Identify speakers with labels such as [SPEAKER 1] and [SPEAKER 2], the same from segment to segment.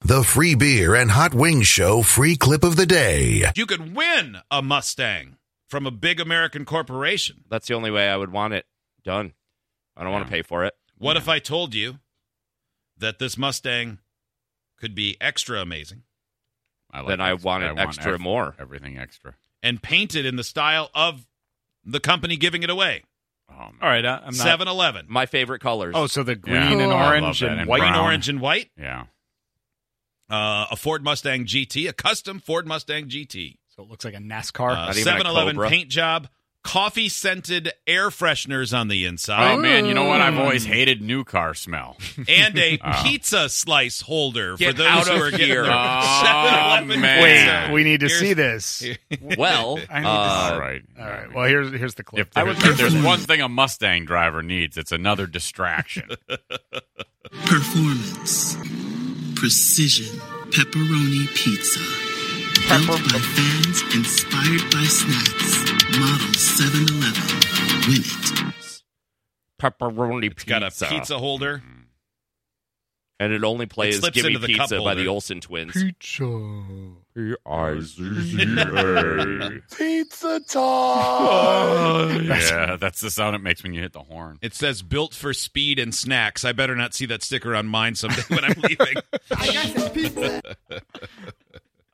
[SPEAKER 1] The free beer and hot wings show free clip of the day.
[SPEAKER 2] You could win a Mustang from a big American corporation.
[SPEAKER 3] That's the only way I would want it done. I don't want to pay for it.
[SPEAKER 2] What if I told you that this Mustang could be extra amazing
[SPEAKER 4] I
[SPEAKER 3] Then I
[SPEAKER 4] extra.
[SPEAKER 3] want it extra
[SPEAKER 4] ev-
[SPEAKER 3] more.
[SPEAKER 4] Everything extra.
[SPEAKER 2] and painted in the style of the company giving it away?
[SPEAKER 4] Oh, man.
[SPEAKER 5] All right, I, I'm not.
[SPEAKER 2] 7 Eleven.
[SPEAKER 3] My favorite colors.
[SPEAKER 5] Oh, so the green
[SPEAKER 4] Yeah.
[SPEAKER 5] and
[SPEAKER 4] Cool. I love
[SPEAKER 5] orange
[SPEAKER 4] that.
[SPEAKER 5] and
[SPEAKER 4] And
[SPEAKER 5] white.
[SPEAKER 2] Green,
[SPEAKER 4] brown.
[SPEAKER 2] orange, and white.
[SPEAKER 4] Yeah.
[SPEAKER 2] Uh, a Ford Mustang GT, a custom Ford Mustang GT.
[SPEAKER 5] So it looks like a NASCAR.
[SPEAKER 2] Uh,
[SPEAKER 3] Not even a
[SPEAKER 2] 7 Eleven
[SPEAKER 3] Cobra.
[SPEAKER 2] paint job, coffee scented air fresheners on the inside,
[SPEAKER 4] Oh man, you know what? I've always hated new car smell.
[SPEAKER 2] and a
[SPEAKER 4] Oh.
[SPEAKER 2] pizza slice holder for
[SPEAKER 3] Get
[SPEAKER 2] those
[SPEAKER 3] out
[SPEAKER 2] who
[SPEAKER 3] of
[SPEAKER 2] are getting
[SPEAKER 3] here.
[SPEAKER 2] their
[SPEAKER 4] Oh,
[SPEAKER 2] 7-Eleven
[SPEAKER 4] man.
[SPEAKER 2] pizza.
[SPEAKER 4] Wait,
[SPEAKER 6] We need to
[SPEAKER 2] Here's-
[SPEAKER 6] see this.
[SPEAKER 3] well,
[SPEAKER 6] I need
[SPEAKER 3] uh,
[SPEAKER 6] to
[SPEAKER 4] All right.
[SPEAKER 6] All right. Well, here's here's the clip.
[SPEAKER 4] If, there- if there's one thing a Mustang driver needs, it's another distraction.
[SPEAKER 7] Performance. Precision. Pepperoni pizza. Built by fans, inspired by snacks. Model 7 Eleven. Win it.
[SPEAKER 3] pepperoni
[SPEAKER 2] It's
[SPEAKER 3] pizza.
[SPEAKER 2] got a pizza holder.
[SPEAKER 3] and it only plays
[SPEAKER 2] slips
[SPEAKER 3] "Give Me
[SPEAKER 2] into the cup
[SPEAKER 3] Pizza" by
[SPEAKER 2] holder.
[SPEAKER 3] the Olsen Twins.
[SPEAKER 6] Pizza.
[SPEAKER 4] yeah,
[SPEAKER 6] Pizza time.
[SPEAKER 4] that's the sound it makes when you hit the horn.
[SPEAKER 2] It says built for speed and snacks. I better not see that sticker on mine someday when I'm leaving.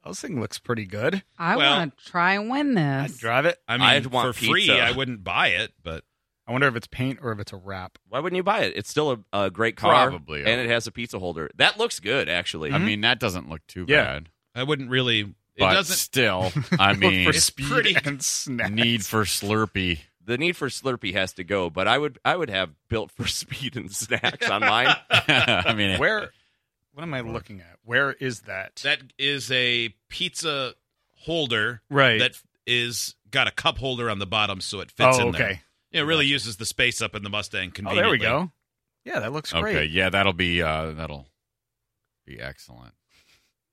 [SPEAKER 6] this thing looks pretty good.
[SPEAKER 8] I
[SPEAKER 2] Well-
[SPEAKER 8] want to try and win
[SPEAKER 6] I'd
[SPEAKER 8] this.
[SPEAKER 6] drive it.
[SPEAKER 2] I mean,
[SPEAKER 3] I'd want
[SPEAKER 2] for free,
[SPEAKER 3] pizza.
[SPEAKER 2] I wouldn't buy it, but
[SPEAKER 6] I wonder if it's paint or if it's a wrap.
[SPEAKER 3] Why wouldn't you buy it? It's still a, a great car,
[SPEAKER 4] Probably,
[SPEAKER 3] and
[SPEAKER 4] yeah.
[SPEAKER 3] it has a pizza holder. That looks good, actually.
[SPEAKER 4] I mean, that doesn't look too
[SPEAKER 6] Yeah.
[SPEAKER 4] bad.
[SPEAKER 2] I wouldn't really. It
[SPEAKER 4] But
[SPEAKER 2] doesn't.
[SPEAKER 4] still, I mean,
[SPEAKER 2] It's pretty.
[SPEAKER 6] and snacks.
[SPEAKER 4] need for Slurpee.
[SPEAKER 3] the need for Slurpee has to go, but I would I would have built for speed and snacks on mine.
[SPEAKER 4] I mean,
[SPEAKER 6] Where? What am I looking at? Where is that?
[SPEAKER 2] That is a pizza holder
[SPEAKER 6] right.
[SPEAKER 2] that is got a cup holder on the bottom, so it fits
[SPEAKER 6] oh,
[SPEAKER 2] in there.
[SPEAKER 6] okay.
[SPEAKER 2] It really uses the space up in the Mustang
[SPEAKER 6] Oh,
[SPEAKER 2] conveniently.
[SPEAKER 6] there we go. Yeah, that looks great.
[SPEAKER 4] okay, yeah, that'll be uh, that'll be excellent.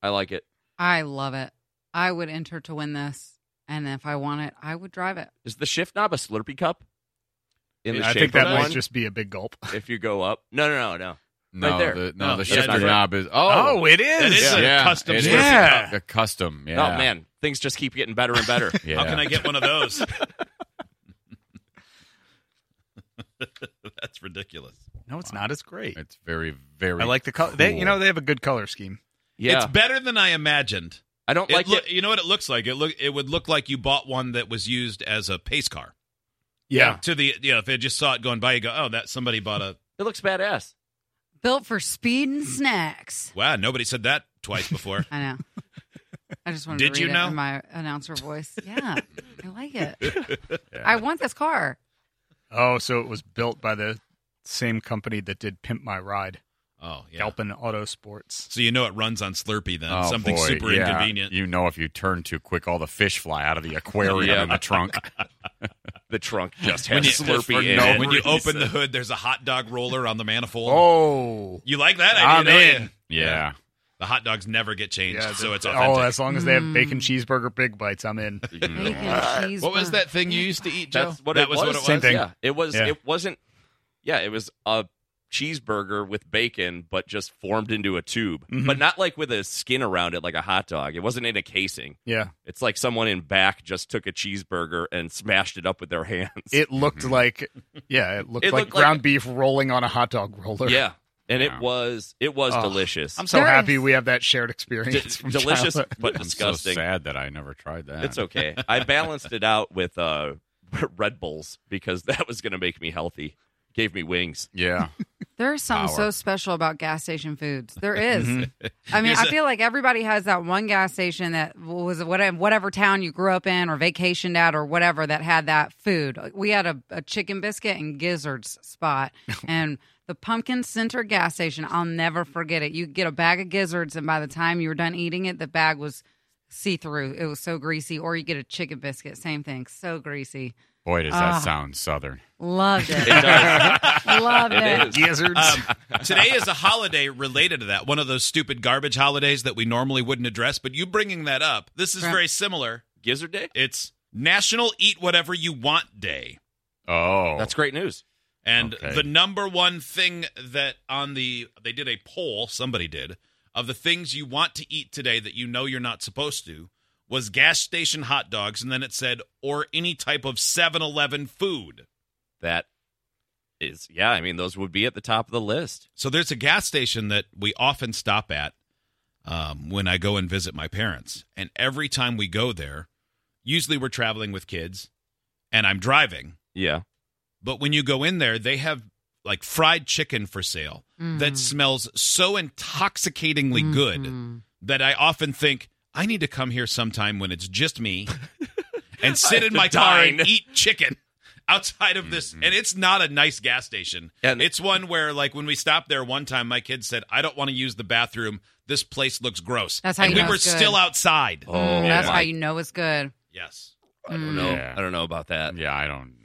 [SPEAKER 3] I like it.
[SPEAKER 8] I love it. I would enter to win this, and if I want it, I would drive it.
[SPEAKER 3] Is the shift knob a Slurpee cup? In the
[SPEAKER 6] I
[SPEAKER 3] shape
[SPEAKER 6] think that
[SPEAKER 3] of
[SPEAKER 6] might
[SPEAKER 3] one,
[SPEAKER 6] just be a big gulp.
[SPEAKER 3] if you go up. No, no, no, no.
[SPEAKER 4] No,
[SPEAKER 3] Right there.
[SPEAKER 4] the, no,
[SPEAKER 2] No,
[SPEAKER 4] the
[SPEAKER 2] that's
[SPEAKER 4] shifter
[SPEAKER 2] right.
[SPEAKER 4] knob is oh,
[SPEAKER 6] Oh, it
[SPEAKER 2] That
[SPEAKER 6] is.
[SPEAKER 2] is a
[SPEAKER 4] yeah,
[SPEAKER 2] custom.
[SPEAKER 4] it is.
[SPEAKER 2] Slurpee cup.
[SPEAKER 6] Yeah.
[SPEAKER 4] a custom. Yeah.
[SPEAKER 3] Oh man, things just keep getting better and better.
[SPEAKER 4] Yeah.
[SPEAKER 2] How can I get one of those? That's ridiculous.
[SPEAKER 6] No, it's not. It's great.
[SPEAKER 4] It's very, very.
[SPEAKER 6] I like the color. They, you
[SPEAKER 4] cool.
[SPEAKER 6] know, they have a good color scheme.
[SPEAKER 3] yeah,
[SPEAKER 2] It's better than I imagined.
[SPEAKER 3] I don't
[SPEAKER 2] It
[SPEAKER 3] like
[SPEAKER 2] loo-
[SPEAKER 3] it.
[SPEAKER 2] You know what it looks like? It look it would look like you bought one that was used as a pace car. To the you know, if they just saw it going by, you go, oh, that somebody bought a.
[SPEAKER 3] It looks badass.
[SPEAKER 8] Built for speed and snacks.
[SPEAKER 2] Wow, nobody said that twice before.
[SPEAKER 8] I know. I just wanted
[SPEAKER 2] Did
[SPEAKER 8] to read
[SPEAKER 2] you
[SPEAKER 8] it
[SPEAKER 2] know?
[SPEAKER 8] in my announcer voice. Yeah, I like it.
[SPEAKER 4] Yeah.
[SPEAKER 8] I want this car.
[SPEAKER 6] Oh, so it was built by the same company that did Pimp My Ride,
[SPEAKER 2] oh, yeah.
[SPEAKER 6] Galpin Auto Sports.
[SPEAKER 2] So you know it runs on Slurpee then.
[SPEAKER 4] Oh,
[SPEAKER 2] Something
[SPEAKER 4] boy,
[SPEAKER 2] super
[SPEAKER 4] yeah.
[SPEAKER 2] inconvenient.
[SPEAKER 4] You know, if you turn too quick, all the fish fly out of the aquarium
[SPEAKER 3] Yeah.
[SPEAKER 4] in the trunk.
[SPEAKER 3] The trunk just
[SPEAKER 2] When
[SPEAKER 3] has
[SPEAKER 2] you-
[SPEAKER 3] Slurpee
[SPEAKER 4] for
[SPEAKER 3] in
[SPEAKER 4] no
[SPEAKER 3] it.
[SPEAKER 2] when you open
[SPEAKER 3] Reason.
[SPEAKER 2] the hood, there's a hot dog roller on the manifold.
[SPEAKER 6] Oh,
[SPEAKER 2] You like that
[SPEAKER 6] I'm
[SPEAKER 2] idea? don't you?
[SPEAKER 6] in.
[SPEAKER 4] Yeah,
[SPEAKER 2] The hot dogs never get changed, so it's authentic.
[SPEAKER 6] oh, as long as they have
[SPEAKER 8] Mm.
[SPEAKER 6] bacon cheeseburger big bites, I'm in.
[SPEAKER 8] Bacon, cheese
[SPEAKER 2] Uh, what was
[SPEAKER 8] bun.
[SPEAKER 2] that thing you used to eat, Joe?
[SPEAKER 3] That's what
[SPEAKER 2] that
[SPEAKER 3] it
[SPEAKER 2] was.
[SPEAKER 3] was.
[SPEAKER 2] What it was.
[SPEAKER 6] Same thing.
[SPEAKER 3] Yeah, it was.
[SPEAKER 6] Yeah.
[SPEAKER 3] It wasn't. Yeah, it was a cheeseburger with bacon, but just formed into a tube,
[SPEAKER 6] Mhm.
[SPEAKER 3] but not like with a skin around it, like a hot dog. It wasn't in a casing.
[SPEAKER 6] Yeah,
[SPEAKER 3] It's like someone in back just took a cheeseburger and smashed it up with their hands.
[SPEAKER 6] it looked like yeah, it looked
[SPEAKER 3] It
[SPEAKER 6] like
[SPEAKER 3] looked like-
[SPEAKER 6] ground beef rolling on a hot dog roller.
[SPEAKER 3] yeah, and
[SPEAKER 4] Yeah.
[SPEAKER 3] it was it was
[SPEAKER 6] Oh,
[SPEAKER 3] delicious.
[SPEAKER 6] I'm so
[SPEAKER 8] There
[SPEAKER 6] happy
[SPEAKER 8] is-
[SPEAKER 6] we have that shared
[SPEAKER 3] D-
[SPEAKER 6] experience. from
[SPEAKER 3] delicious
[SPEAKER 6] childhood.
[SPEAKER 3] but
[SPEAKER 4] I'm
[SPEAKER 3] disgusting.
[SPEAKER 4] So sad that I never tried that.
[SPEAKER 3] it's okay. I balanced it out with uh, Red Bulls because that was going to make me healthy. Gave me wings.
[SPEAKER 4] Yeah.
[SPEAKER 8] There's something so
[SPEAKER 4] Power.
[SPEAKER 8] special about gas station foods. There is. I mean,
[SPEAKER 2] Here's
[SPEAKER 8] I
[SPEAKER 2] a-
[SPEAKER 8] feel like everybody has that one gas station that was whatever, whatever town you grew up in or vacationed at or whatever that had that food. We had a, a chicken biscuit and gizzards spot and the pumpkin center gas station. I'll never forget it. You get a bag of gizzards, and by the time you were done eating it, the bag was see through. It was so greasy. Or you get a chicken biscuit, same thing, so greasy.
[SPEAKER 4] Boy, does that sound southern.
[SPEAKER 8] Loved it.
[SPEAKER 3] It does.
[SPEAKER 8] Loved it.
[SPEAKER 3] it is.
[SPEAKER 6] Gizzards.
[SPEAKER 2] Um, today is a holiday related to that, one of those stupid garbage holidays that we normally wouldn't address. But you bringing that up, this is
[SPEAKER 8] Right.
[SPEAKER 2] very similar.
[SPEAKER 3] Gizzard Day.
[SPEAKER 2] It's National Eat Whatever You Want Day.
[SPEAKER 4] Oh.
[SPEAKER 3] That's great news.
[SPEAKER 2] And
[SPEAKER 4] Okay.
[SPEAKER 2] the number one thing that on the they did a poll, somebody did, of the things you want to eat today that you know you're not supposed to was gas station hot dogs and then it said or any type of 7-Eleven food.
[SPEAKER 3] That is, yeah. I mean, those would be at the top of the list.
[SPEAKER 2] So there's a gas station that we often stop at um, when I go and visit my parents. And every time we go there, usually we're traveling with kids and I'm driving.
[SPEAKER 3] Yeah.
[SPEAKER 2] But when you go in there, they have like fried chicken for sale
[SPEAKER 8] Mm.
[SPEAKER 2] that smells so intoxicatingly good
[SPEAKER 8] Mm-hmm.
[SPEAKER 2] that I often think I need to come here sometime when it's just me and sit in my car and
[SPEAKER 3] Dine.
[SPEAKER 2] eat chicken outside of this. And it's not a nice gas station.
[SPEAKER 3] Mm-hmm. And-
[SPEAKER 2] it's one where, like, when we stopped there one time, my kid said, I don't want to use the bathroom. This place looks gross.
[SPEAKER 8] That's how
[SPEAKER 2] and
[SPEAKER 8] you
[SPEAKER 2] we
[SPEAKER 8] know
[SPEAKER 2] were
[SPEAKER 8] it's good.
[SPEAKER 2] still outside.
[SPEAKER 3] Oh,
[SPEAKER 8] Mm, that's
[SPEAKER 3] my-
[SPEAKER 8] how you know it's good.
[SPEAKER 2] Yes.
[SPEAKER 3] I don't know.
[SPEAKER 4] Yeah.
[SPEAKER 3] I don't know about that.
[SPEAKER 4] Yeah, I don't.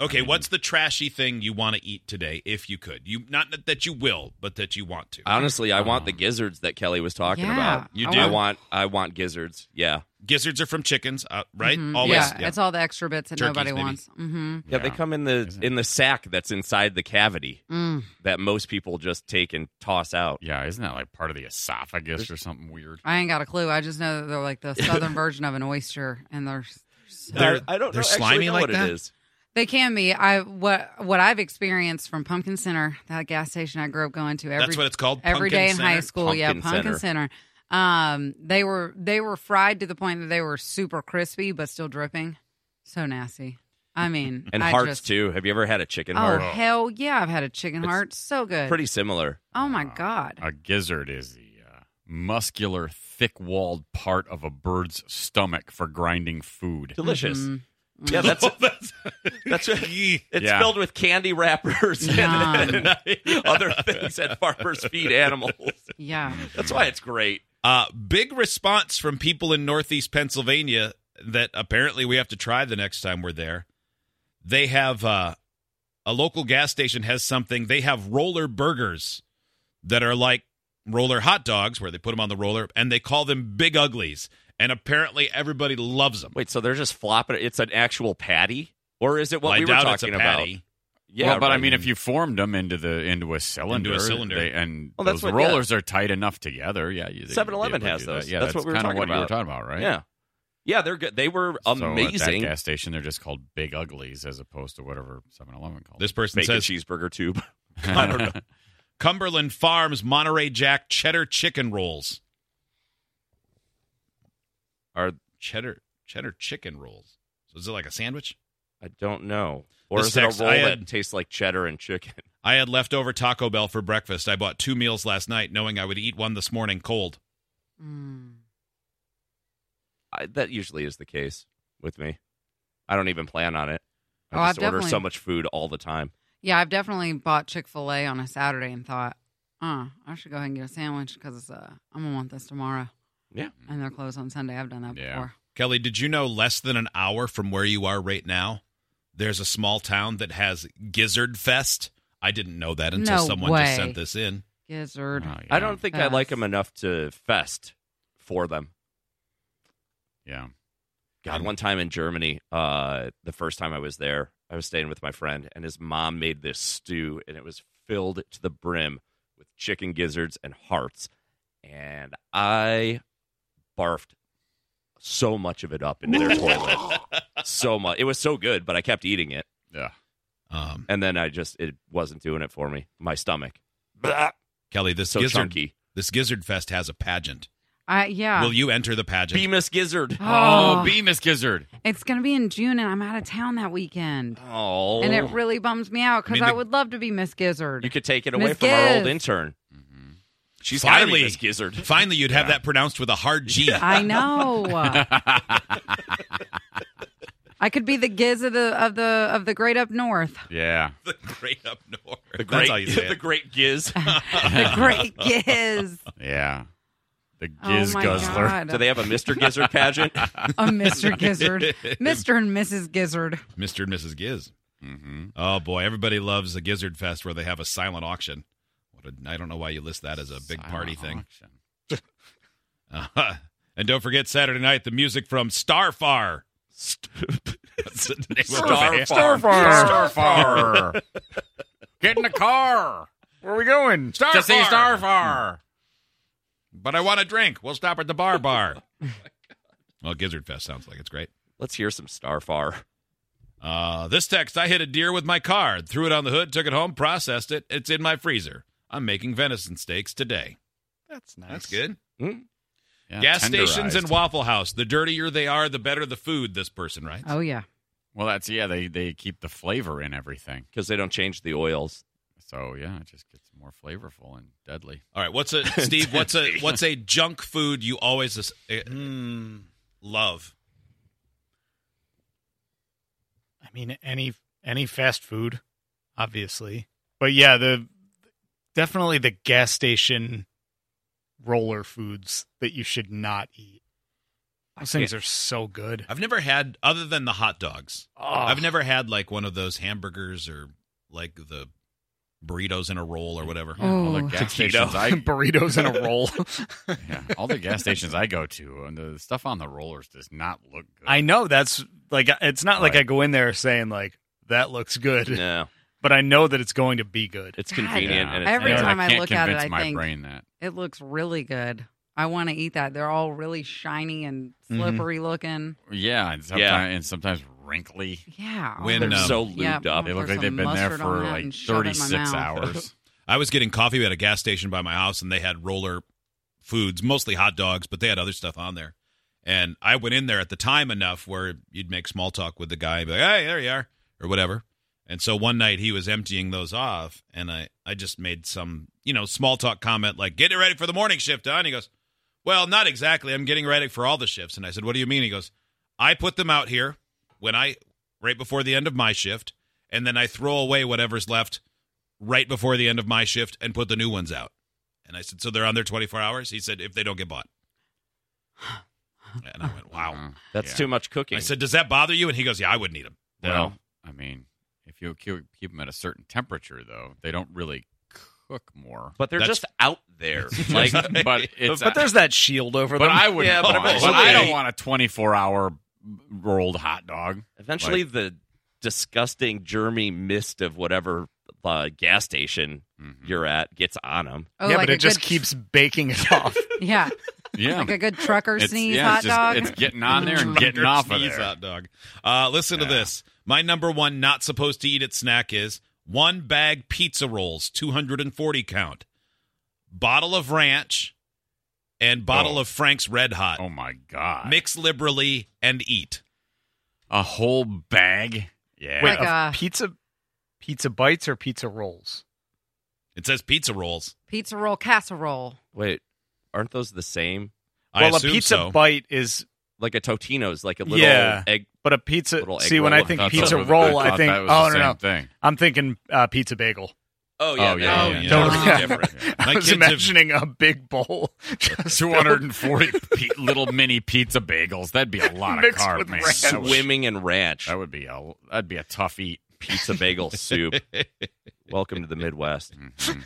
[SPEAKER 2] Okay, what's the trashy thing you want to eat today if you could? You not that you will, but that you want to.
[SPEAKER 3] Honestly, I want the gizzards that Kelly was talking
[SPEAKER 8] Yeah.
[SPEAKER 3] about.
[SPEAKER 8] You
[SPEAKER 3] I
[SPEAKER 8] do?
[SPEAKER 3] I want. I want gizzards. Yeah.
[SPEAKER 2] Gizzards are from chickens, uh, right?
[SPEAKER 8] Mhm.
[SPEAKER 2] Always.
[SPEAKER 8] Yeah, it's all the extra bits that
[SPEAKER 2] Turkeys,
[SPEAKER 8] nobody
[SPEAKER 2] maybe.
[SPEAKER 8] wants. Mm-hmm.
[SPEAKER 3] Yeah, they come in the in the sack that's inside the cavity
[SPEAKER 8] Mm.
[SPEAKER 3] that most people just take and toss out.
[SPEAKER 4] Yeah, isn't that like part of the esophagus or something weird?
[SPEAKER 8] I ain't got a clue. I just know that they're like the southern version of an oyster, and they're
[SPEAKER 2] They're-
[SPEAKER 3] I don't
[SPEAKER 2] they're
[SPEAKER 3] know, actually
[SPEAKER 2] slimy
[SPEAKER 3] know
[SPEAKER 2] like
[SPEAKER 3] what
[SPEAKER 2] that?
[SPEAKER 3] it is.
[SPEAKER 8] they can be. I what what I've experienced from Pumpkin Center, that gas station I grew up going to every
[SPEAKER 2] That's what it's called.
[SPEAKER 8] every
[SPEAKER 2] Pumpkin
[SPEAKER 8] day in
[SPEAKER 2] Center?
[SPEAKER 8] high school. yeah,
[SPEAKER 3] Pumpkin
[SPEAKER 8] Pumpkin Center. Um, they were they were fried to the point that they were super crispy but still dripping. So nasty. I mean,
[SPEAKER 3] And
[SPEAKER 8] I
[SPEAKER 3] hearts
[SPEAKER 8] just,
[SPEAKER 3] too. Have you ever had a chicken
[SPEAKER 8] Oh
[SPEAKER 3] heart?
[SPEAKER 8] hell yeah! I've had a chicken
[SPEAKER 3] It's
[SPEAKER 8] heart. So good.
[SPEAKER 3] Pretty similar.
[SPEAKER 8] Oh my god.
[SPEAKER 4] Uh, A gizzard is the uh, muscular, thick-walled part of a bird's stomach for grinding food.
[SPEAKER 3] Delicious.
[SPEAKER 8] Mhm.
[SPEAKER 3] Yeah, that's
[SPEAKER 2] that's
[SPEAKER 3] that's what,
[SPEAKER 2] Yee.
[SPEAKER 3] it's
[SPEAKER 4] Yeah.
[SPEAKER 3] filled with candy wrappers and, and other things that farmers feed animals.
[SPEAKER 8] Mm-hmm. Yeah.
[SPEAKER 3] That's why it's great.
[SPEAKER 2] uh, big response from people in Northeast Pennsylvania that apparently we have to try the next time we're there. They have uh, a local gas station has something. They have roller burgers that are like roller hot dogs, where they put them on the roller, and they call them big uglies. And apparently, everybody loves them.
[SPEAKER 3] Wait, so they're just flopping? It's an actual patty, or is it what
[SPEAKER 2] Well, I
[SPEAKER 3] we were
[SPEAKER 2] doubt
[SPEAKER 3] talking
[SPEAKER 2] it's a
[SPEAKER 3] about?
[SPEAKER 2] patty.
[SPEAKER 3] Yeah,
[SPEAKER 4] well, but I
[SPEAKER 3] right.
[SPEAKER 4] mean, if you formed them into the into a cylinder,
[SPEAKER 2] cylinder.
[SPEAKER 4] they- and
[SPEAKER 3] Well, that's
[SPEAKER 4] those
[SPEAKER 3] what-
[SPEAKER 4] rollers are tight enough together. Yeah, you, you'd be
[SPEAKER 3] 7-Eleven
[SPEAKER 4] able to
[SPEAKER 3] has
[SPEAKER 4] do that.
[SPEAKER 3] those.
[SPEAKER 4] Yeah,
[SPEAKER 3] That's what we were
[SPEAKER 4] kinda
[SPEAKER 3] talking
[SPEAKER 4] what you were
[SPEAKER 3] about.
[SPEAKER 4] talking about, right?
[SPEAKER 3] yeah, yeah, they're good. They were
[SPEAKER 4] So at that
[SPEAKER 3] amazing.
[SPEAKER 4] gas station, they're just called Big Uglies as opposed to whatever 7-Eleven called.
[SPEAKER 2] This person
[SPEAKER 3] Bacon
[SPEAKER 2] says
[SPEAKER 3] cheeseburger tube.
[SPEAKER 4] them.
[SPEAKER 3] I don't know.
[SPEAKER 2] Cumberland Farms Monterey Jack cheddar chicken rolls.
[SPEAKER 3] Are
[SPEAKER 2] Cheddar cheddar chicken rolls. So is it like a sandwich?
[SPEAKER 3] I don't know. Or
[SPEAKER 2] This
[SPEAKER 3] is it a
[SPEAKER 2] text,
[SPEAKER 3] roll
[SPEAKER 2] I
[SPEAKER 3] that
[SPEAKER 2] had-
[SPEAKER 3] tastes like cheddar and chicken?
[SPEAKER 2] I had leftover Taco Bell for breakfast. I bought two meals last night knowing I would eat one this morning cold.
[SPEAKER 8] Mm.
[SPEAKER 3] I, that usually is the case with me. I don't even plan on it. I
[SPEAKER 8] Oh, I've
[SPEAKER 3] just order so
[SPEAKER 8] definitely-
[SPEAKER 3] much food all the time.
[SPEAKER 8] Yeah, I've definitely bought Chick Fil A on a Saturday and thought, "Uh, I should go ahead and get a sandwich because uh, I'm gonna want this tomorrow."
[SPEAKER 3] Yeah.
[SPEAKER 8] and they're closed on Sunday. I've done that
[SPEAKER 4] Yeah.
[SPEAKER 8] before.
[SPEAKER 2] Kelly, did you know less than an hour from where you are right now, there's a small town that has Gizzard Fest? I didn't know that until
[SPEAKER 8] No
[SPEAKER 2] someone
[SPEAKER 8] way.
[SPEAKER 2] just sent this in.
[SPEAKER 8] Gizzard.
[SPEAKER 4] Oh,
[SPEAKER 3] I don't think I like them
[SPEAKER 8] Fest.
[SPEAKER 3] enough to fest for them.
[SPEAKER 4] Yeah.
[SPEAKER 3] God, one time in Germany, uh, the first time I was there, I was staying with my friend, and his mom made this stew, and it was filled to the brim with chicken gizzards and hearts, and I barfed so much of it up into their toilet, so much. It was so good, but I kept eating it,
[SPEAKER 4] Yeah.
[SPEAKER 2] Um,
[SPEAKER 3] and then I just it wasn't doing it for me. My stomach. Blah.
[SPEAKER 2] Kelly, this
[SPEAKER 3] So
[SPEAKER 2] gizzard
[SPEAKER 3] chunky.
[SPEAKER 2] this gizzard fest has a pageant.
[SPEAKER 8] I yeah.
[SPEAKER 2] Will you enter the pageant?
[SPEAKER 3] Bemis Gizzard.
[SPEAKER 4] Oh, Bemis Gizzard.
[SPEAKER 8] it's gonna be in June, and I'm out of town that weekend,
[SPEAKER 3] Oh.
[SPEAKER 8] and it really bums me out
[SPEAKER 2] I
[SPEAKER 8] because
[SPEAKER 2] mean,
[SPEAKER 8] I,
[SPEAKER 2] the-
[SPEAKER 8] would love to be Miss Gizzard.
[SPEAKER 3] you could take it away
[SPEAKER 8] Miss
[SPEAKER 3] from our old
[SPEAKER 8] Giz.
[SPEAKER 3] intern. She's gotta be
[SPEAKER 2] finally
[SPEAKER 3] Miss Gizzard.
[SPEAKER 2] Finally, you'd have that pronounced with a hard G.
[SPEAKER 8] I know. I could be the Giz of the of the of the Great Up North.
[SPEAKER 4] Yeah.
[SPEAKER 2] the great up north.
[SPEAKER 3] The
[SPEAKER 2] That's
[SPEAKER 3] great,
[SPEAKER 2] how you say
[SPEAKER 3] the
[SPEAKER 2] it.
[SPEAKER 3] great Giz.
[SPEAKER 8] The Great Giz.
[SPEAKER 4] Yeah. The
[SPEAKER 8] oh
[SPEAKER 4] Giz
[SPEAKER 8] my
[SPEAKER 4] Guzzler.
[SPEAKER 8] God.
[SPEAKER 3] Do they have a Mr. Gizzard pageant?
[SPEAKER 8] a Mr. Gizzard, Mr. and Mrs. Gizzard.
[SPEAKER 2] Mr. and Mrs. Giz.
[SPEAKER 4] Mm-hmm.
[SPEAKER 2] Oh boy, everybody loves a Gizzard Fest where they have a silent auction. What a, I don't know why you list that as a big party thing. Uh-huh. And don't forget Saturday night the music from Starfar. That's the name of the band.
[SPEAKER 4] Starfire. Starfire. Get in the car.
[SPEAKER 6] Where are we going?
[SPEAKER 2] Starfar. Hmm.
[SPEAKER 4] To see Starfire.
[SPEAKER 2] But I want a drink. We'll stop at the bar bar. Oh, Well, Gizzard Fest sounds like it's great.
[SPEAKER 3] Let's hear some Starfar.
[SPEAKER 2] Uh, this text I hit a deer with my car, threw it on the hood, took it home, processed it. It's in my freezer. I'm making venison steaks today.
[SPEAKER 6] That's nice.
[SPEAKER 2] That's good.
[SPEAKER 4] Yeah,
[SPEAKER 2] Gas stations
[SPEAKER 4] Uh, tenderized.
[SPEAKER 2] and Waffle House. The dirtier they are, the better the food, this person writes.
[SPEAKER 8] Oh yeah,
[SPEAKER 4] Well, that's, yeah, they, they keep the flavor in everything.
[SPEAKER 3] Because they don't change the oils.
[SPEAKER 4] So, yeah, it just gets more flavorful and deadly.
[SPEAKER 2] All right, what's a Steve, what's a what's a junk food you always as- eh, love?
[SPEAKER 6] I mean, any any fast food, obviously. But yeah, the definitely the gas station roller foods that you should not eat. Those things are so good.
[SPEAKER 2] I've never had other than the hot dogs.
[SPEAKER 6] Oh,
[SPEAKER 2] I've never had like one of those hamburgers or like the burritos in a roll or whatever.
[SPEAKER 4] Yeah, all the
[SPEAKER 8] Oh.
[SPEAKER 4] gas
[SPEAKER 3] Taquito.
[SPEAKER 4] stations I
[SPEAKER 6] burritos in a roll.
[SPEAKER 4] yeah, all the gas stations I go to and the stuff on the rollers does not look good.
[SPEAKER 6] I know that's like it's not like
[SPEAKER 4] Right.
[SPEAKER 6] I go in there saying like that looks good,
[SPEAKER 3] No.
[SPEAKER 6] but I know that it's going to be good.
[SPEAKER 3] It's
[SPEAKER 8] God.
[SPEAKER 3] convenient. And it's
[SPEAKER 8] Every
[SPEAKER 3] there.
[SPEAKER 8] time I
[SPEAKER 4] I can't
[SPEAKER 8] look at it,
[SPEAKER 4] convince
[SPEAKER 8] I
[SPEAKER 4] my
[SPEAKER 8] think-
[SPEAKER 4] brain that.
[SPEAKER 8] it looks really good. I want to eat that. They're all really shiny and slippery looking.
[SPEAKER 4] Yeah, and sometimes,
[SPEAKER 3] Yeah.
[SPEAKER 4] and sometimes wrinkly.
[SPEAKER 8] Yeah,
[SPEAKER 2] When,
[SPEAKER 3] They're
[SPEAKER 2] um,
[SPEAKER 3] so lubed
[SPEAKER 8] Yeah,
[SPEAKER 3] up.
[SPEAKER 4] They look like
[SPEAKER 8] Pour
[SPEAKER 4] they've been
[SPEAKER 8] some
[SPEAKER 4] there
[SPEAKER 8] mustard on
[SPEAKER 4] for
[SPEAKER 8] that
[SPEAKER 4] like
[SPEAKER 8] and shove it in my
[SPEAKER 4] 36
[SPEAKER 8] mouth.
[SPEAKER 4] hours.
[SPEAKER 2] I was getting coffee at a gas station by my house, and they had roller foods, mostly hot dogs, but they had other stuff on there. And I went in there at the time enough where you'd make small talk with the guy and be like, "Hey, there you are," or whatever. And so one night he was emptying those off, and I I just made some you know small talk comment like, "Get ready for the morning shift, huh?" And he goes, "Well, not exactly. I'm getting ready for all the shifts." And I said, "What do you mean?" He goes, "I put them out here when I right before the end of my shift, and then I throw away whatever's left right before the end of my shift and put the new ones out. And I said, so they're on there 24 hours? He said, if they don't get bought. And I went, wow.
[SPEAKER 4] Uh,
[SPEAKER 3] That's
[SPEAKER 4] yeah.
[SPEAKER 3] too much cooking.
[SPEAKER 2] I said, does that bother you? And he goes, yeah, I wouldn't eat them.
[SPEAKER 4] Well, I mean, if you keep, keep them at a certain temperature, though, they don't really cook more.
[SPEAKER 3] but they're
[SPEAKER 2] That's-
[SPEAKER 3] just out there. Like,
[SPEAKER 4] but it's
[SPEAKER 6] but there's that shield over
[SPEAKER 4] but
[SPEAKER 6] them.
[SPEAKER 4] I would
[SPEAKER 3] Yeah,
[SPEAKER 4] yeah,
[SPEAKER 3] but
[SPEAKER 4] but,
[SPEAKER 3] eventually-
[SPEAKER 4] I don't want a 24 hour rolled hot dog.
[SPEAKER 3] eventually, the disgusting, germy mist of whatever uh, gas station
[SPEAKER 4] Mm-hmm.
[SPEAKER 3] you're at gets on them.
[SPEAKER 8] Oh,
[SPEAKER 6] yeah,
[SPEAKER 8] like
[SPEAKER 6] but
[SPEAKER 8] a
[SPEAKER 6] it just
[SPEAKER 8] good-
[SPEAKER 6] keeps baking it off.
[SPEAKER 8] Yeah,
[SPEAKER 4] Yeah.
[SPEAKER 8] like a good trucker
[SPEAKER 4] It's-
[SPEAKER 8] sneeze
[SPEAKER 4] yeah,
[SPEAKER 8] hot
[SPEAKER 4] it's just-
[SPEAKER 8] dog.
[SPEAKER 4] It's getting on there and getting
[SPEAKER 2] Trucker
[SPEAKER 4] off of
[SPEAKER 2] sneeze
[SPEAKER 4] there.
[SPEAKER 2] hot dog. Uh, listen to
[SPEAKER 4] Yeah.
[SPEAKER 2] this. My number one not supposed to eat at snack is one bag pizza rolls, 240 count, bottle of ranch, and bottle
[SPEAKER 4] Oh.
[SPEAKER 2] of Frank's Red Hot.
[SPEAKER 4] Oh my god!
[SPEAKER 2] Mix liberally and eat.
[SPEAKER 4] a whole bag. Yeah.
[SPEAKER 6] Wait,
[SPEAKER 8] Like
[SPEAKER 6] of
[SPEAKER 8] a-
[SPEAKER 6] pizza, pizza bites or pizza rolls?
[SPEAKER 2] It says pizza rolls.
[SPEAKER 8] Pizza roll casserole.
[SPEAKER 3] Wait, aren't those the same?
[SPEAKER 2] I
[SPEAKER 6] well, a
[SPEAKER 2] assume
[SPEAKER 6] pizza
[SPEAKER 2] so.
[SPEAKER 6] bite is,
[SPEAKER 3] Like a Totino's, like a little
[SPEAKER 6] Yeah.
[SPEAKER 3] egg.
[SPEAKER 6] but a pizza.
[SPEAKER 3] Little egg
[SPEAKER 6] See, when
[SPEAKER 3] roll.
[SPEAKER 6] I think
[SPEAKER 4] thought
[SPEAKER 6] pizza
[SPEAKER 4] that was-
[SPEAKER 6] roll, I
[SPEAKER 4] thought
[SPEAKER 6] think.
[SPEAKER 4] that was
[SPEAKER 6] Oh
[SPEAKER 4] the
[SPEAKER 6] no,
[SPEAKER 4] same
[SPEAKER 6] no,
[SPEAKER 4] thing.
[SPEAKER 6] I'm thinking uh, pizza bagel.
[SPEAKER 3] Oh, yeah.
[SPEAKER 4] yeah, Oh, yeah,
[SPEAKER 2] yeah, yeah.
[SPEAKER 6] Totally
[SPEAKER 3] Totally
[SPEAKER 6] different.
[SPEAKER 3] different.
[SPEAKER 6] I
[SPEAKER 2] My
[SPEAKER 6] was
[SPEAKER 2] kids have-
[SPEAKER 6] imagining a big bowl, just
[SPEAKER 4] Two hundred and forty pe- little mini pizza bagels. That'd be a lot of
[SPEAKER 6] Mixed
[SPEAKER 4] carbs,
[SPEAKER 6] with
[SPEAKER 4] man.
[SPEAKER 6] ranch.
[SPEAKER 4] That would-
[SPEAKER 3] Swimming in ranch.
[SPEAKER 4] That would be a that'd be a tough eat.
[SPEAKER 3] Pizza bagel soup. Welcome to the Midwest.
[SPEAKER 4] Mhm.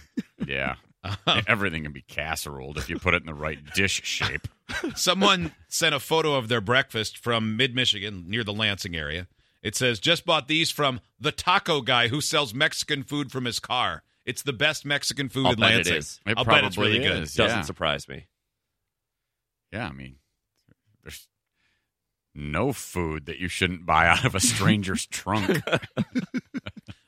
[SPEAKER 4] Yeah, E-, everything can be casseroled if you put it in the right dish shape.
[SPEAKER 2] Someone sent a photo of their breakfast from mid Michigan near the Lansing area. It says, just bought these from the taco guy who sells Mexican food from his car. It's the best Mexican food
[SPEAKER 3] I'll
[SPEAKER 2] in
[SPEAKER 3] bet it
[SPEAKER 2] Lansing.
[SPEAKER 3] is.
[SPEAKER 4] It
[SPEAKER 2] I'll bet it's
[SPEAKER 4] probably
[SPEAKER 2] really good.
[SPEAKER 4] is.
[SPEAKER 3] Doesn't
[SPEAKER 4] Yeah.
[SPEAKER 3] surprise me.
[SPEAKER 4] Yeah, I mean, there's no food that you shouldn't buy out of a stranger's trunk.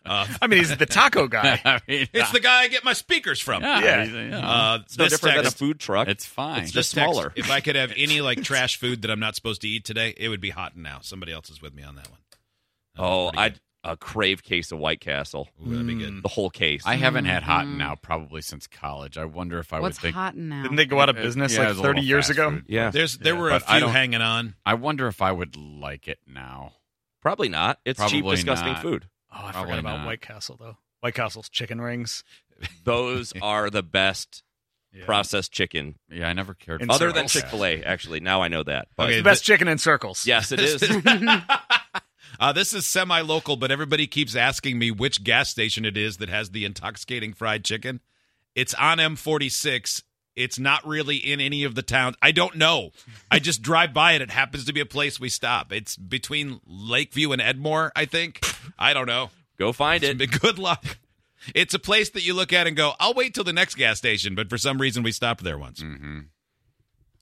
[SPEAKER 2] Uh,
[SPEAKER 6] I mean, he's the taco guy.
[SPEAKER 4] I mean,
[SPEAKER 2] it's the guy I get my speakers from.
[SPEAKER 4] yeah,
[SPEAKER 6] Yeah.
[SPEAKER 4] he's- yeah.
[SPEAKER 2] Uh,
[SPEAKER 3] It's no
[SPEAKER 2] this
[SPEAKER 3] different
[SPEAKER 2] text-
[SPEAKER 3] than a food truck.
[SPEAKER 4] it's fine.
[SPEAKER 3] it's
[SPEAKER 2] this
[SPEAKER 3] just
[SPEAKER 2] text,
[SPEAKER 3] smaller.
[SPEAKER 2] If I could have any like trash food that I'm not supposed to eat today, it would be hot and now. Somebody else is with me on that one. That
[SPEAKER 3] oh,
[SPEAKER 2] one's pretty
[SPEAKER 3] I'd a crave case of White Castle.
[SPEAKER 2] good. Ooh, that'd be good.
[SPEAKER 3] The whole case.
[SPEAKER 4] I haven't had hot
[SPEAKER 8] Mhm.
[SPEAKER 4] now probably since college. I wonder if I
[SPEAKER 8] What's
[SPEAKER 4] would think.
[SPEAKER 8] hot now?
[SPEAKER 6] Didn't they go out of business
[SPEAKER 4] Yeah, it
[SPEAKER 6] like
[SPEAKER 4] was a
[SPEAKER 6] 30
[SPEAKER 4] little
[SPEAKER 6] years
[SPEAKER 4] fast
[SPEAKER 6] ago?
[SPEAKER 4] food.
[SPEAKER 3] yeah,
[SPEAKER 2] There's there
[SPEAKER 4] Yeah,
[SPEAKER 2] were a
[SPEAKER 4] but I
[SPEAKER 2] few
[SPEAKER 4] don't-
[SPEAKER 2] hanging on.
[SPEAKER 4] I wonder if I would like it now.
[SPEAKER 3] probably not. It's cheap,
[SPEAKER 4] Probably
[SPEAKER 3] disgusting
[SPEAKER 4] not.
[SPEAKER 3] food.
[SPEAKER 6] Oh, I
[SPEAKER 4] Probably
[SPEAKER 6] forgot about
[SPEAKER 4] not.
[SPEAKER 6] White Castle though. White Castle's chicken rings.
[SPEAKER 3] Those are the best processed chicken,
[SPEAKER 4] Yeah, I never cared.
[SPEAKER 6] And
[SPEAKER 4] for
[SPEAKER 3] other
[SPEAKER 4] it.
[SPEAKER 3] than
[SPEAKER 6] circles.
[SPEAKER 3] Chick Fil A. Actually, now I know that. But
[SPEAKER 2] Okay,
[SPEAKER 6] The best chicken in circles.
[SPEAKER 3] yes, it is.
[SPEAKER 2] uh, this is semi local, but everybody keeps asking me which gas station it is that has the intoxicating fried chicken. It's on M46. It's not really in any of the towns. I don't know. I just drive by it. It happens to be a place we stop. It's between Lakeview and Edmore, I think. I don't know.
[SPEAKER 3] Go find it.
[SPEAKER 2] But good luck. It's a place that you look at and go, I'll wait till the next gas station. But for some reason, we stopped there once.
[SPEAKER 4] Mhm.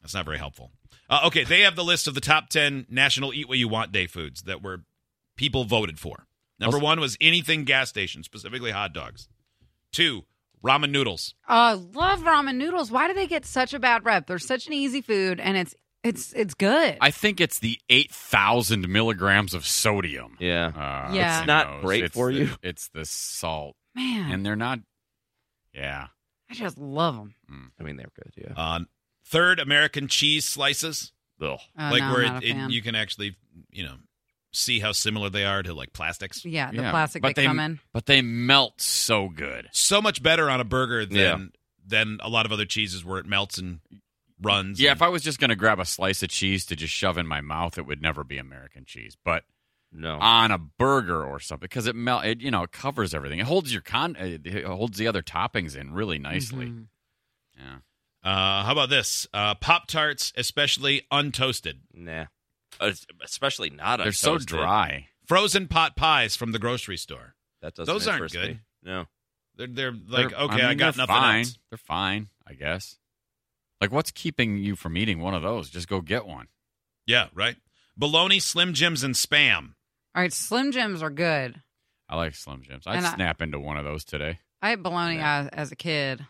[SPEAKER 2] That's not very helpful. Uh, okay, they have the list of the top 10 National Eat What You Want Day foods that were people voted for. Number one was anything gas station, specifically hot dogs. Two, ramen noodles.
[SPEAKER 8] Oh, I love ramen noodles. Why do they get such a bad rep? They're such an easy food, and it's it's it's good.
[SPEAKER 4] I think it's the eight thousand milligrams of sodium.
[SPEAKER 3] Yeah.
[SPEAKER 4] Uh,
[SPEAKER 8] Yeah.
[SPEAKER 4] in
[SPEAKER 3] It's not
[SPEAKER 4] those.
[SPEAKER 3] great
[SPEAKER 4] It's
[SPEAKER 3] for
[SPEAKER 4] the-
[SPEAKER 3] you.
[SPEAKER 4] It's the salt,
[SPEAKER 8] Man,
[SPEAKER 4] and they're not. Yeah,
[SPEAKER 8] I just love them.
[SPEAKER 3] I mean, they're good. Yeah.
[SPEAKER 2] Uh, third, American cheese slices,
[SPEAKER 3] Ugh.
[SPEAKER 8] Uh,
[SPEAKER 2] like
[SPEAKER 8] no,
[SPEAKER 2] where
[SPEAKER 8] I'm not
[SPEAKER 2] it,
[SPEAKER 8] a fan.
[SPEAKER 2] it, you can actually, you know, see how similar they are to like plastics.
[SPEAKER 8] yeah, the
[SPEAKER 4] Yeah,
[SPEAKER 8] plastic
[SPEAKER 4] but
[SPEAKER 8] they,
[SPEAKER 4] they-
[SPEAKER 8] come in.
[SPEAKER 4] but they melt so good.
[SPEAKER 2] so much better on a burger than
[SPEAKER 3] Yeah.
[SPEAKER 2] than a lot of other cheeses where it melts and runs.
[SPEAKER 4] Yeah,
[SPEAKER 2] and-
[SPEAKER 4] if I was just gonna grab a slice of cheese to just shove in my mouth, it would never be American cheese. But
[SPEAKER 3] No.
[SPEAKER 4] on a burger or something because it melt it you know it covers everything it holds your con uh, it holds the other toppings in really nicely
[SPEAKER 8] Mhm.
[SPEAKER 4] yeah
[SPEAKER 2] uh, how about this? Uh, Pop tarts, especially untoasted,
[SPEAKER 3] Nah. Uh, it's- Especially not.
[SPEAKER 4] they're so
[SPEAKER 3] untoasted.
[SPEAKER 4] dry
[SPEAKER 2] frozen pot pies from the grocery store.
[SPEAKER 3] That doesn't
[SPEAKER 2] Those aren't
[SPEAKER 3] interest
[SPEAKER 2] good.
[SPEAKER 3] Me. No.
[SPEAKER 2] They're they're like
[SPEAKER 4] They're-
[SPEAKER 2] okay, I,
[SPEAKER 4] mean,
[SPEAKER 2] got
[SPEAKER 4] they're
[SPEAKER 2] nothing
[SPEAKER 4] fine.
[SPEAKER 2] else.
[SPEAKER 4] they're fine i guess like what's keeping you from eating one of those just go get one
[SPEAKER 2] Yeah, right. Bologna, Slim Jims, and Spam.
[SPEAKER 8] All right, Slim Jims are good.
[SPEAKER 4] i like slim jims i'd
[SPEAKER 8] And I-
[SPEAKER 4] snap into one of those today
[SPEAKER 8] I ate bologna as, as a kid,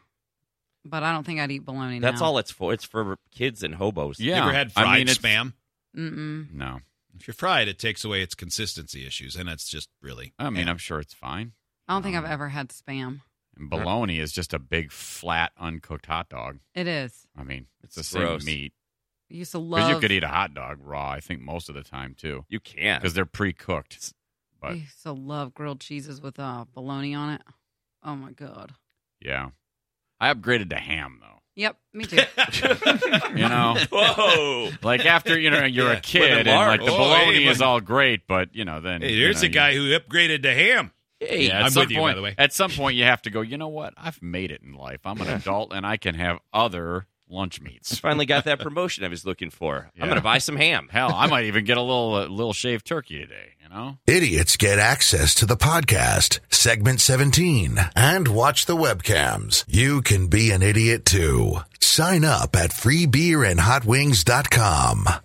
[SPEAKER 8] but I don't think I'd eat bologna.
[SPEAKER 3] That's
[SPEAKER 8] now.
[SPEAKER 3] all it's for. It's for kids and hobos.
[SPEAKER 4] yeah
[SPEAKER 2] You ever had fried
[SPEAKER 4] I mean, it's-
[SPEAKER 2] Spam?
[SPEAKER 8] Mm-mm.
[SPEAKER 4] no
[SPEAKER 2] If you're fried, it takes away its consistency issues, and that's just really.
[SPEAKER 4] i mean i'm sure it's fine
[SPEAKER 8] I don't think
[SPEAKER 4] Um,
[SPEAKER 8] I've ever had spam.
[SPEAKER 4] and bologna is just a big flat uncooked hot dog
[SPEAKER 8] It is.
[SPEAKER 4] i mean it's the
[SPEAKER 3] It's
[SPEAKER 4] same
[SPEAKER 3] gross.
[SPEAKER 4] meat
[SPEAKER 8] I used to
[SPEAKER 4] because
[SPEAKER 8] love.
[SPEAKER 4] you could eat a hot dog raw i think most of the time too
[SPEAKER 3] You can't.
[SPEAKER 4] because they're pre-cooked.
[SPEAKER 8] I
[SPEAKER 4] But
[SPEAKER 8] used to love grilled cheeses with uh, bologna on it. Oh my god.
[SPEAKER 4] yeah, I upgraded to ham though.
[SPEAKER 8] Yep, me too.
[SPEAKER 4] You know,
[SPEAKER 3] Whoa.
[SPEAKER 4] like after you know you're
[SPEAKER 2] Yeah,
[SPEAKER 4] a kid
[SPEAKER 3] with a
[SPEAKER 4] and
[SPEAKER 3] mark.
[SPEAKER 4] like the
[SPEAKER 2] Oh,
[SPEAKER 4] bologna
[SPEAKER 2] hey,
[SPEAKER 4] is all great, but you know then
[SPEAKER 2] Hey,
[SPEAKER 4] you
[SPEAKER 2] here's
[SPEAKER 4] know,
[SPEAKER 2] a guy who upgraded to ham.
[SPEAKER 4] You, yeah, at
[SPEAKER 2] I'm
[SPEAKER 4] some
[SPEAKER 2] with you, by
[SPEAKER 4] point,
[SPEAKER 2] the way.
[SPEAKER 4] At some point, you have to go. You know what? I've made it in life. I'm an adult and I can have other lunch meats.
[SPEAKER 3] Finally got that promotion I was looking for.
[SPEAKER 4] Yeah.
[SPEAKER 3] I'm going to buy some ham.
[SPEAKER 4] Hell, I might even get a little a little shaved turkey today. You know,
[SPEAKER 1] Idiots get access to the podcast, segment 17, and watch the webcams. You can be an idiot too. Sign up at freebeerandhotwings.com.